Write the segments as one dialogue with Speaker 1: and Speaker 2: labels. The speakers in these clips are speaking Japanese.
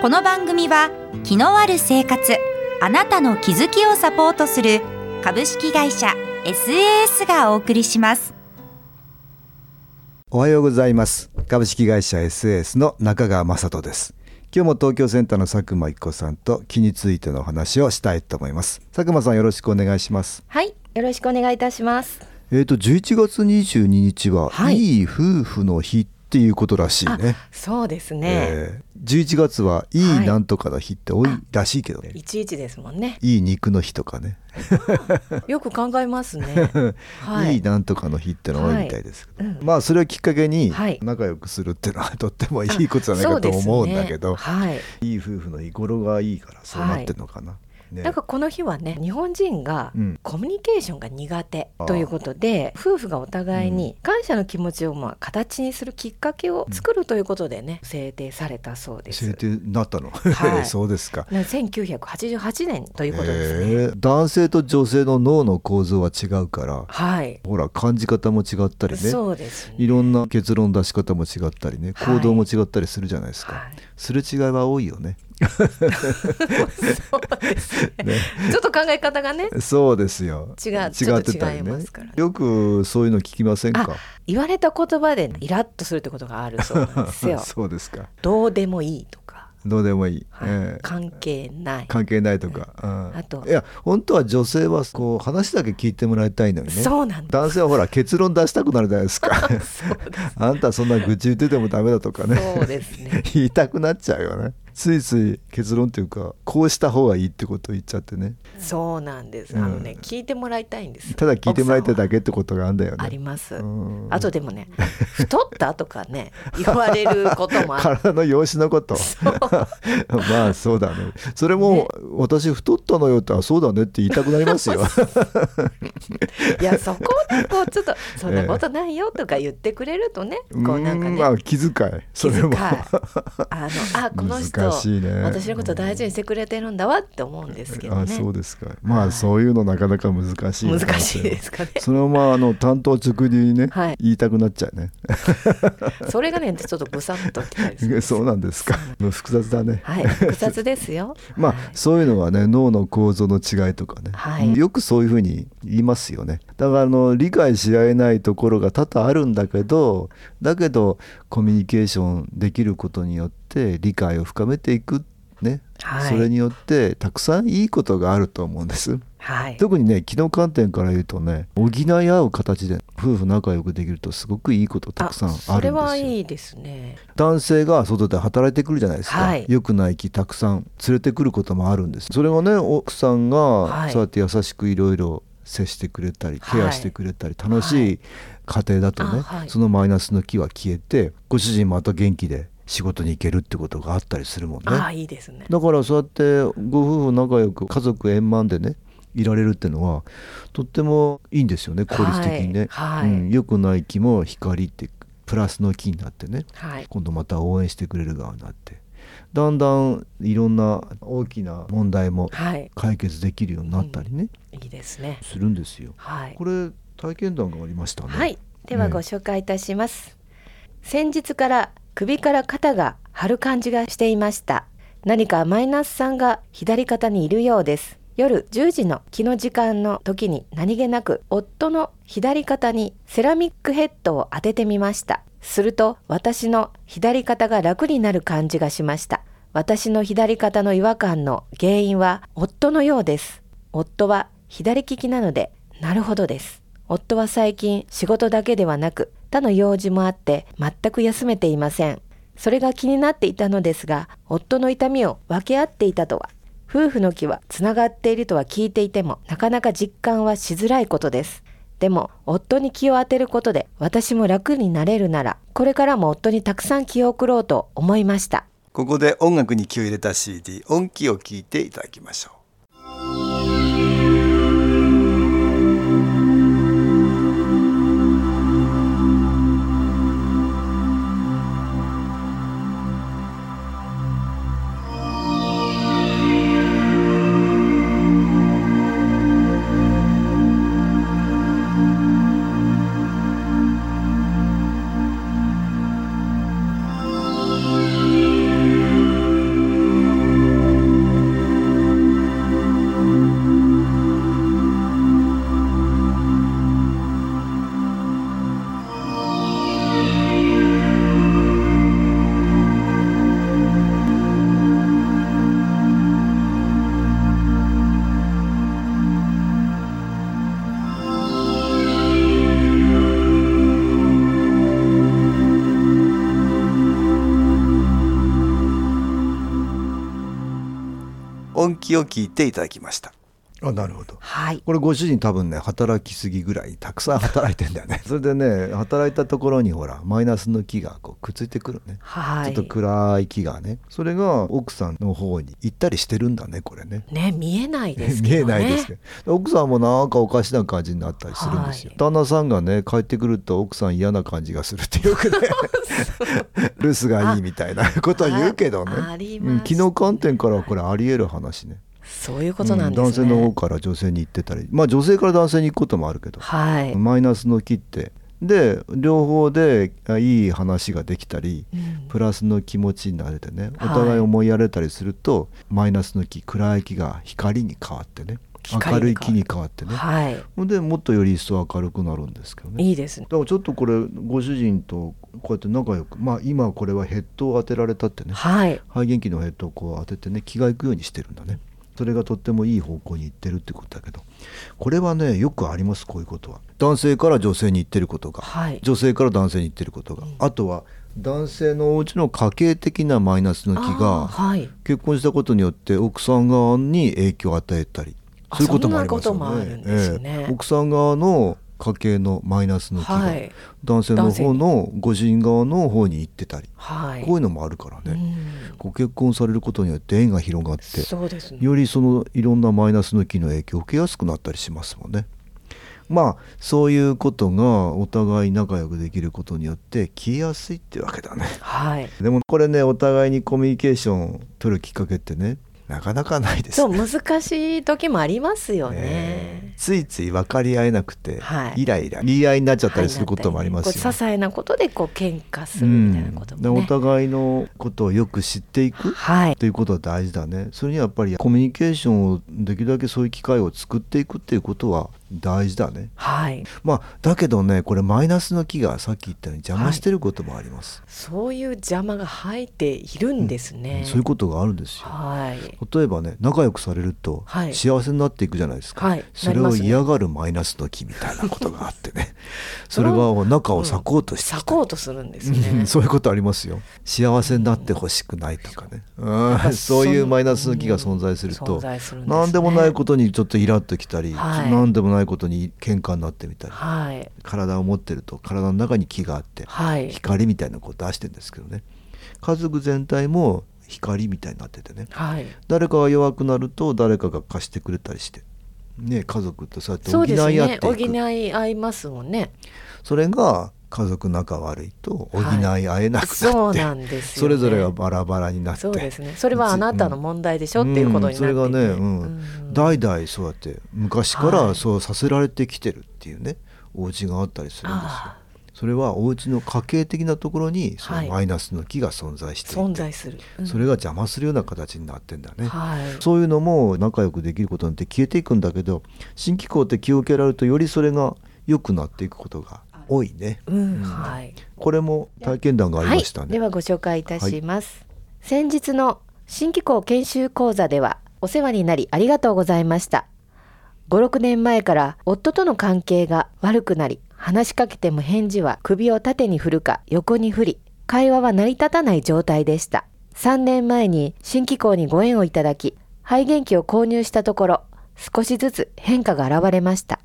Speaker 1: この番組は気のある生活あなたの気づきをサポートする株式会社 SAS がお送りします
Speaker 2: おはようございます株式会社 SAS の中川雅人です今日も東京センターの佐久間一子さんと気についてのお話をしたいと思います佐久間さんよろしくお願いします
Speaker 3: はい、よろしくお願いいたします。
Speaker 2: えっ、と11月22日は、、
Speaker 3: はいい
Speaker 2: い夫婦の日っていうことらしいね
Speaker 3: そうですね。
Speaker 2: えー11月はい
Speaker 3: はいい
Speaker 2: なんとかの日って多いらしいけどね、
Speaker 3: いちいちですもんね。
Speaker 2: いい肉の日とかね、
Speaker 3: よく考えます
Speaker 2: 、
Speaker 3: ね。はい
Speaker 2: い
Speaker 3: い。
Speaker 2: なんとかの日ってのが多いみたいですけど、
Speaker 3: うん
Speaker 2: まあそれをきっかけに
Speaker 3: はい
Speaker 2: 仲良くするっていうのはとってもいいことじゃないかと思うんだけど、
Speaker 3: そうですねはい。
Speaker 2: いい夫婦の居頃がいいからそうなってるのかな。ね
Speaker 3: なんかこの日はね、日本人が
Speaker 2: うん
Speaker 3: コミュニケーションが苦手
Speaker 2: あー
Speaker 3: ということで、夫婦がお互いに感謝の気持ちをまあ形にするきっかけを作るということでね、制定されたそうです。
Speaker 2: 制定になったの、
Speaker 3: はい
Speaker 2: そうですか。
Speaker 3: な1988年ということですね。
Speaker 2: えー男性と女性の脳の構造は違うから
Speaker 3: はい。
Speaker 2: ほら感じ方も違ったりね
Speaker 3: そうですね。
Speaker 2: いろんな結論出し方も違ったりね
Speaker 3: はい
Speaker 2: 行動も違ったりするじゃないですか、
Speaker 3: はい
Speaker 2: すれ違いは多いよね
Speaker 3: そうですね。ちょっと考え方がね、
Speaker 2: そうですよ
Speaker 3: 違う
Speaker 2: ってたり
Speaker 3: ちょっと違
Speaker 2: ね
Speaker 3: いますからね
Speaker 2: よくそういうの聞きませんか
Speaker 3: 言われた言葉でイラッとするってことがあるそうなんですよ。
Speaker 2: そうですか
Speaker 3: どうでもいいとか、
Speaker 2: どうでもいい、
Speaker 3: はい
Speaker 2: ええ
Speaker 3: 関係ない。
Speaker 2: 関係ないとか、うん
Speaker 3: あと
Speaker 2: いや本当は女性はこう話だけ聞いてもらいたいのにね
Speaker 3: そうなんだ。
Speaker 2: 男性はほら結論出したくなるじゃないですか
Speaker 3: そうです
Speaker 2: あんたそんな愚痴言っててもダメだとかね
Speaker 3: そうですね
Speaker 2: 言いたくなっちゃうよねついつい結論というかこうした方がいいってことを言っちゃってね
Speaker 3: そうなんです。
Speaker 2: うん
Speaker 3: あのね、聞いてもらいたいんです。
Speaker 2: ただ聞いてもらいたいだ
Speaker 3: け。
Speaker 2: けってことがあるんだよね
Speaker 3: あります
Speaker 2: うん。
Speaker 3: あとでもね、太ったとかね、言われるこ ともある。
Speaker 2: 体の様子のこと まあそうだねそれも、私太ったのよってあそうだねって言いたくなります よ
Speaker 3: いや、そこでこうちょっとそんなことないよとか言ってくれるとね、こうなんか
Speaker 2: う
Speaker 3: ね
Speaker 2: んま。あ気遣いそれも
Speaker 3: 気遣いあのあこの人、
Speaker 2: 難しいね
Speaker 3: 私のこと大事にしてくれてるんだわって思うんですけど
Speaker 2: あ
Speaker 3: ね
Speaker 2: そうですかまあそういうのなかなか難しいな
Speaker 3: 難しいですかね
Speaker 2: そのままあの担当直入にね、
Speaker 3: はい
Speaker 2: 言いたくなっちゃうね
Speaker 3: それがねちょっとぐさっときたりする
Speaker 2: そうなんですか複雑だね
Speaker 3: はい複雑ですよ
Speaker 2: まあそういうのはね脳の構造の違いとかね、
Speaker 3: はい
Speaker 2: よくそういうふうに言いますよねだからあの理解し合えないところが多々あるんだけどだけどコミュニケーションできることによって理解を深めていくね、
Speaker 3: はい
Speaker 2: それによってたくさんいいことがあると思うんです
Speaker 3: はい
Speaker 2: 特にね気の観点から言うとね補い合う形で夫婦仲良くできるとすごくいいことたくさんあるんですよ
Speaker 3: それはいいですね
Speaker 2: 男性が外で働いてくるじゃないですか、
Speaker 3: はい
Speaker 2: 良くない気たくさん連れてくることもあるんですそれがね奥さんが
Speaker 3: はい
Speaker 2: そうやって優しくいろいろ接してくれたり、
Speaker 3: はい
Speaker 2: ケアしてくれたり楽しい家庭だとね、
Speaker 3: あはい
Speaker 2: そのマイナスの気は消えてご主人また元気で仕事に行けるってことがあったりするもんね
Speaker 3: ああいいですね
Speaker 2: だからそうやってご夫婦仲良く家族円満でねいられるってのはとってもいいんですよね効率的にね、
Speaker 3: はいはい
Speaker 2: うん、良くない気も光ってプラスの気になってね
Speaker 3: はい
Speaker 2: 今度また応援してくれる側になってだんだんいろんな大きな問題も
Speaker 3: はい
Speaker 2: 解決できるようになったりね、
Speaker 3: いいですね
Speaker 2: するんですよ。
Speaker 3: はい
Speaker 2: これ体験談がありましたね。
Speaker 3: はいではご紹介いたします、先日から首から肩が張る感じがしていました何かマイナスさんが左肩にいるようです夜10時の気の時間の時に何気なく夫の左肩にセラミックヘッドを当ててみましたすると私の左肩が楽になる感じがしました私の左肩の違和感の原因は夫のようです夫は左利きなのでなるほどです夫は最近仕事だけではなく他の用事もあって全く休めていませんそれが気になっていたのですが夫の痛みを分け合っていたとは夫婦の気はつながっているとは聞いていてもなかなか実感はしづらいことですでも夫に気を当てることで私も楽になれるならこれからも夫にたくさん気を送ろうと思いました
Speaker 2: ここで音楽に気を入れた CD 音気を聞いていただきましょう。音気を聞いていただきました。あなるほど
Speaker 3: はい。
Speaker 2: これご主人多分ね働きすぎぐらいたくさん働いてんだよね それでね働いたところにほらマイナスの木がこうくっついてくるね、
Speaker 3: はい。
Speaker 2: ちょっと暗い木がねそれが奥さんの方に行ったりしてるんだねこれね
Speaker 3: ね、見えないです
Speaker 2: 見
Speaker 3: け
Speaker 2: え
Speaker 3: どね。
Speaker 2: ないですけど、奥さんもなんかおかしな感じになったりするんですよ、
Speaker 3: はい
Speaker 2: 旦那さんがね帰ってくると奥さん嫌な感じがするってよく ね 留守がいいみたいなことは言うけどね
Speaker 3: ああります
Speaker 2: うん、機能観点からはこれあり得る話ね
Speaker 3: そういうことなんですね。
Speaker 2: うん男性の方から女性に行ってたりまあ女性から男性に行くこともあるけど、
Speaker 3: はい。
Speaker 2: マイナスの木ってで両方であいい話ができたり
Speaker 3: うん
Speaker 2: プラスの気持ちになれてねお
Speaker 3: はい
Speaker 2: 互い思いやれたりすると、マイナスの木暗い木が光に変わってね
Speaker 3: 光に変わ
Speaker 2: 明
Speaker 3: る
Speaker 2: るい木に変わってね、
Speaker 3: はい。
Speaker 2: ほんでもっとより一層明るくなるんですけどね
Speaker 3: いいですね。
Speaker 2: だからちょっとこれご主人とこうやって仲良くまあ今これはヘッドを当てられたってね
Speaker 3: はい。
Speaker 2: 肺元気のヘッドをこう当ててね気がいくようにしてるんだねそれがとってもいい方向に行ってるってことだけどこれはねよくありますこういうことは男性から女性に行ってることが、
Speaker 3: はい。
Speaker 2: 女性から男性に行ってることが、あとは男性のお家の家系的なマイナスの気
Speaker 3: あー
Speaker 2: が
Speaker 3: はい。
Speaker 2: 結婚したことによって奥さん側に影響を与えたり
Speaker 3: あ
Speaker 2: そういうこともありますよ
Speaker 3: そんなこともある
Speaker 2: ね
Speaker 3: んですよね
Speaker 2: ええ奥さん側の家系のマイナスの気が、
Speaker 3: はい。
Speaker 2: 男性の方のご主人側の方に行ってたり、
Speaker 3: はい。
Speaker 2: こういうのもあるからね、
Speaker 3: うん
Speaker 2: ご結婚されることによって縁が広がって
Speaker 3: そうですね。
Speaker 2: よりそのいろんなマイナスの気の影響を受けやすくなったりしますもんね。まあそういうことがお互い仲良くできることによって消えやすいってわけだね。
Speaker 3: はい。
Speaker 2: でもこれねお互いにコミュニケーションを取るきっかけってねなかなかないです
Speaker 3: そ
Speaker 2: よ
Speaker 3: う
Speaker 2: ね。
Speaker 3: 難しい時もありますよ
Speaker 2: え
Speaker 3: ね。
Speaker 2: ーついつい分かり合えなくて、
Speaker 3: はい
Speaker 2: イライラ言い合いになっちゃったりすることもありますよ
Speaker 3: はい
Speaker 2: ね。
Speaker 3: なんかねこう些細なことでこう喧嘩するみたいなこと
Speaker 2: うんで
Speaker 3: も
Speaker 2: お
Speaker 3: ね。
Speaker 2: 互いのことをよく知っていく
Speaker 3: はい。
Speaker 2: ということは大事だねそれにはやっぱりコミュニケーションをできるだけそういう機会を作っていくっていうことは大事だね
Speaker 3: はい。
Speaker 2: まあだけどねこれマイナスの木がさっき言ったように邪魔してることもあります、
Speaker 3: そういう邪魔が入っているんですね。
Speaker 2: そういうことがあるんですよ
Speaker 3: はい。
Speaker 2: 例えばね仲良くされると
Speaker 3: はい
Speaker 2: 幸せになっていくじゃないですか、
Speaker 3: はい
Speaker 2: それ
Speaker 3: なり
Speaker 2: を
Speaker 3: ますね
Speaker 2: 嫌がるマイナスの木みたいなことがあってねそれは仲を裂こうとして
Speaker 3: 裂
Speaker 2: きた
Speaker 3: こうとするんで
Speaker 2: う
Speaker 3: すね
Speaker 2: ん。そういうことありますよ幸せになってほしくないとかね、うん、 そういうマイナスの気が存在する
Speaker 3: うん
Speaker 2: と
Speaker 3: 存在するんですね
Speaker 2: 何でもないことにちょっとイラっときたり、
Speaker 3: はい
Speaker 2: 何でもないことに喧嘩になってみたり
Speaker 3: はい。
Speaker 2: 体を持ってると体の中に気があって
Speaker 3: はい。
Speaker 2: 光みたいなのを出してるんですけどね家族全体も光みたいになっててね
Speaker 3: はい。
Speaker 2: 誰かが弱くなると誰かが貸してくれたりして、ね、家族とそうやって
Speaker 3: そ
Speaker 2: 補
Speaker 3: うです
Speaker 2: い合って
Speaker 3: ね。
Speaker 2: いく
Speaker 3: 補い合いますもんね。
Speaker 2: それが家族仲悪いと補い合えなくなって、
Speaker 3: そうなんですよね
Speaker 2: それぞれがバラバラになって
Speaker 3: そうですね。それはあなたの問題でしょっていうことになってて。
Speaker 2: うんそれがね、うん
Speaker 3: うん
Speaker 2: 代々そうやって昔か
Speaker 3: は
Speaker 2: ら
Speaker 3: い
Speaker 2: そうさせられてきてるっていうねお家があったりするんですよ
Speaker 3: あ。
Speaker 2: それはお家の家系的なところにその
Speaker 3: はい
Speaker 2: マイナスの木が存在していて、
Speaker 3: 存在する。うん
Speaker 2: それが邪魔するような形になってんだね。
Speaker 3: はい。
Speaker 2: そういうのも仲良くできることによって消えていくんだけど新機構って気を受けられるとよりそれが良くなっていくことが多いね。
Speaker 3: うん、はい。
Speaker 2: これも体験談がありました
Speaker 3: はい、
Speaker 2: ね。
Speaker 3: ではご紹介いたします、先日の新機構研修講座ではお世話になりありがとうございました56年前から夫との関係が悪くなり話しかけても返事は首を縦に振るか横に振り会話は成り立たない状態でした3年前に新機構にご縁をいただき肺元気を購入したところ少しずつ変化が現れました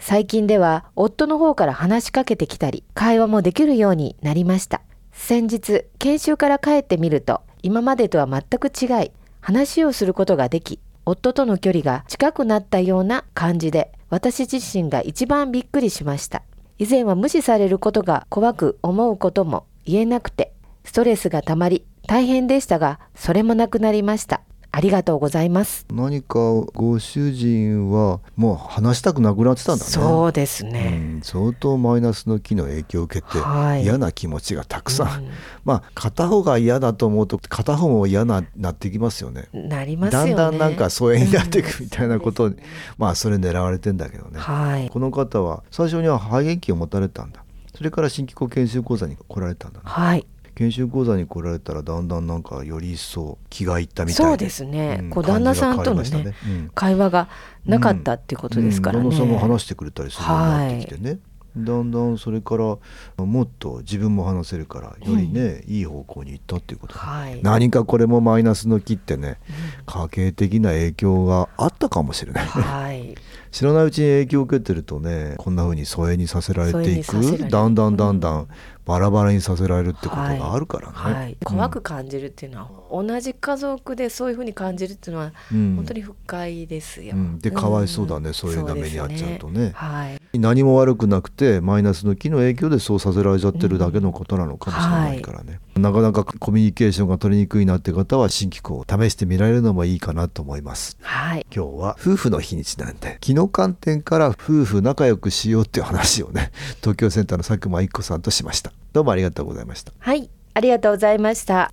Speaker 3: 最近では夫の方から話しかけてきたり会話もできるようになりました先日研修から帰ってみると今までとは全く違い、話をすることができ、夫との距離が近くなったような感じで、私自身が一番びっくりしました。以前は無視されることが怖く思うことも言えなくて、ストレスがたまり、大変でしたが、それもなくなりました。ありがとうございます。
Speaker 4: 何かご主人はもう話したくなくなってたんだね
Speaker 3: そうです
Speaker 4: う
Speaker 3: ね。
Speaker 4: ん相当マイナスの気の影響を受けて、
Speaker 3: はい
Speaker 4: 嫌な気持ちがたくさん、
Speaker 3: うん
Speaker 4: まあ片方が嫌だと思うと片方も嫌ななってきますよね
Speaker 3: なりますよ
Speaker 4: だ
Speaker 3: ね。
Speaker 4: んだんなんか疎遠になっていくみたいなことに、まあそれ狙われてんだけどね、
Speaker 3: はい。
Speaker 4: この方は最初には肺炎期を持たれたんだそれから新機構研修講座に来られたんだね
Speaker 3: はい。
Speaker 4: 研修講座に来られたらだんだんなんかより一層気がいったみたい
Speaker 3: そうですね。
Speaker 4: うん
Speaker 3: こう旦那さんと
Speaker 4: 感
Speaker 3: の
Speaker 4: じが変わり
Speaker 3: ね
Speaker 4: ましたねうん
Speaker 3: 会話がなかったっていうことですからね。
Speaker 4: うん旦那さんも話してくれたりするようになってきてね、だんだんそれからもっと自分も話せるからよりね、いい方向に行ったっていうこと、
Speaker 3: はい。
Speaker 4: 何かこれもマイナスの木ってね、家計的な影響があったかもしれないね、
Speaker 3: はい。
Speaker 4: 知らないうちに影響を受けてるとねこんな風に疎遠にさせられてい
Speaker 3: 疎遠にさせられ
Speaker 4: く
Speaker 3: る
Speaker 4: だんだんだんだんバラバラにさせられるってことがあるからね、
Speaker 3: はい。怖く感じるっていうのは、同じ家族でそういうふうに感じるっていうのは、
Speaker 4: うん
Speaker 3: 本当に不快ですよ。
Speaker 4: うんでかわいそうだねそういうような
Speaker 3: です
Speaker 4: 目に遭っちゃうとね
Speaker 3: はい。
Speaker 4: 何も悪くなくてマイナスの木の影響でそうさせられちゃってるだけのことなのかもしれないからね、なかなかコミュニケーションが取りにくいなって方は新機構を試してみられるのもいいかなと思います
Speaker 3: はい。
Speaker 4: 今日は夫婦の日にちなんで気の観点から夫婦仲良くしようっていう話をね東京センターの佐久間一子さんとしましたどうもありがとうございました
Speaker 3: はい。ありがとうございました。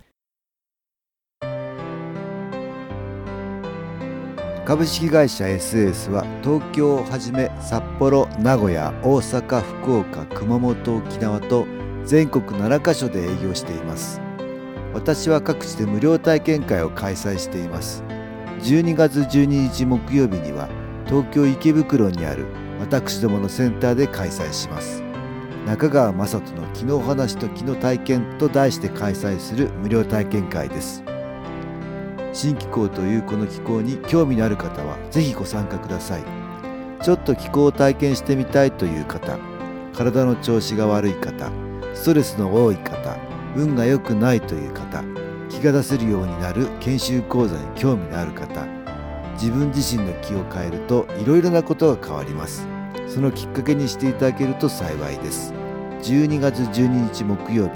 Speaker 2: 株式会社 SS は東京をはじめ札幌名古屋大阪福岡熊本沖縄と全国7カ所で営業しています私は各地で無料体験会を開催しています12月12日木曜日には東京池袋にある私どものセンターで開催します中川雅人の「昨日話と昨日体験」と題して開催する無料体験会です新気候というこの気候に興味のある方はぜひご参加くださいちょっと気候を体験してみたいという方体の調子が悪い方ストレスの多い方運が良くないという方気が出せるようになる研修講座に興味のある方自分自身の気を変えるといろいろなことが変わりますそのきっかけにしていただけると幸いです12月12日木曜日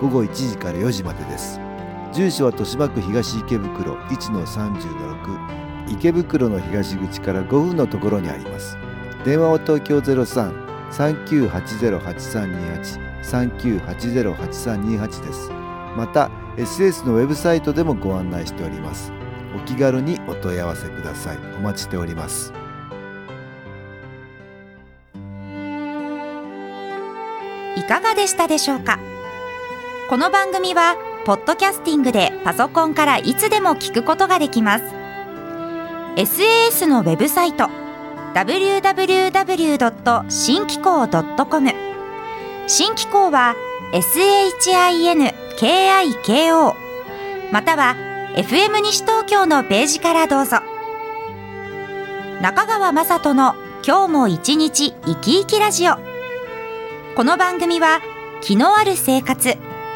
Speaker 2: 午後1時から4時までです住所は豊島区東池袋1の30-6池袋の東口から5分のところにあります電話は東京03-3980-8328 3980-8328ですまた SS のウェブサイトでもご案内しておりますお気軽にお問い合わせくださいお待ちしております
Speaker 1: いかがでしたでしょうかこの番組はポッドキャスティングでパソコンからいつでも聞くことができます SAS のウェブサイト www. 新機構 .com 新機構は SHINKIKO または FM 西東京のページからどうぞ中川雅人の今日も一日生き生きラジオこの番組は気のある生活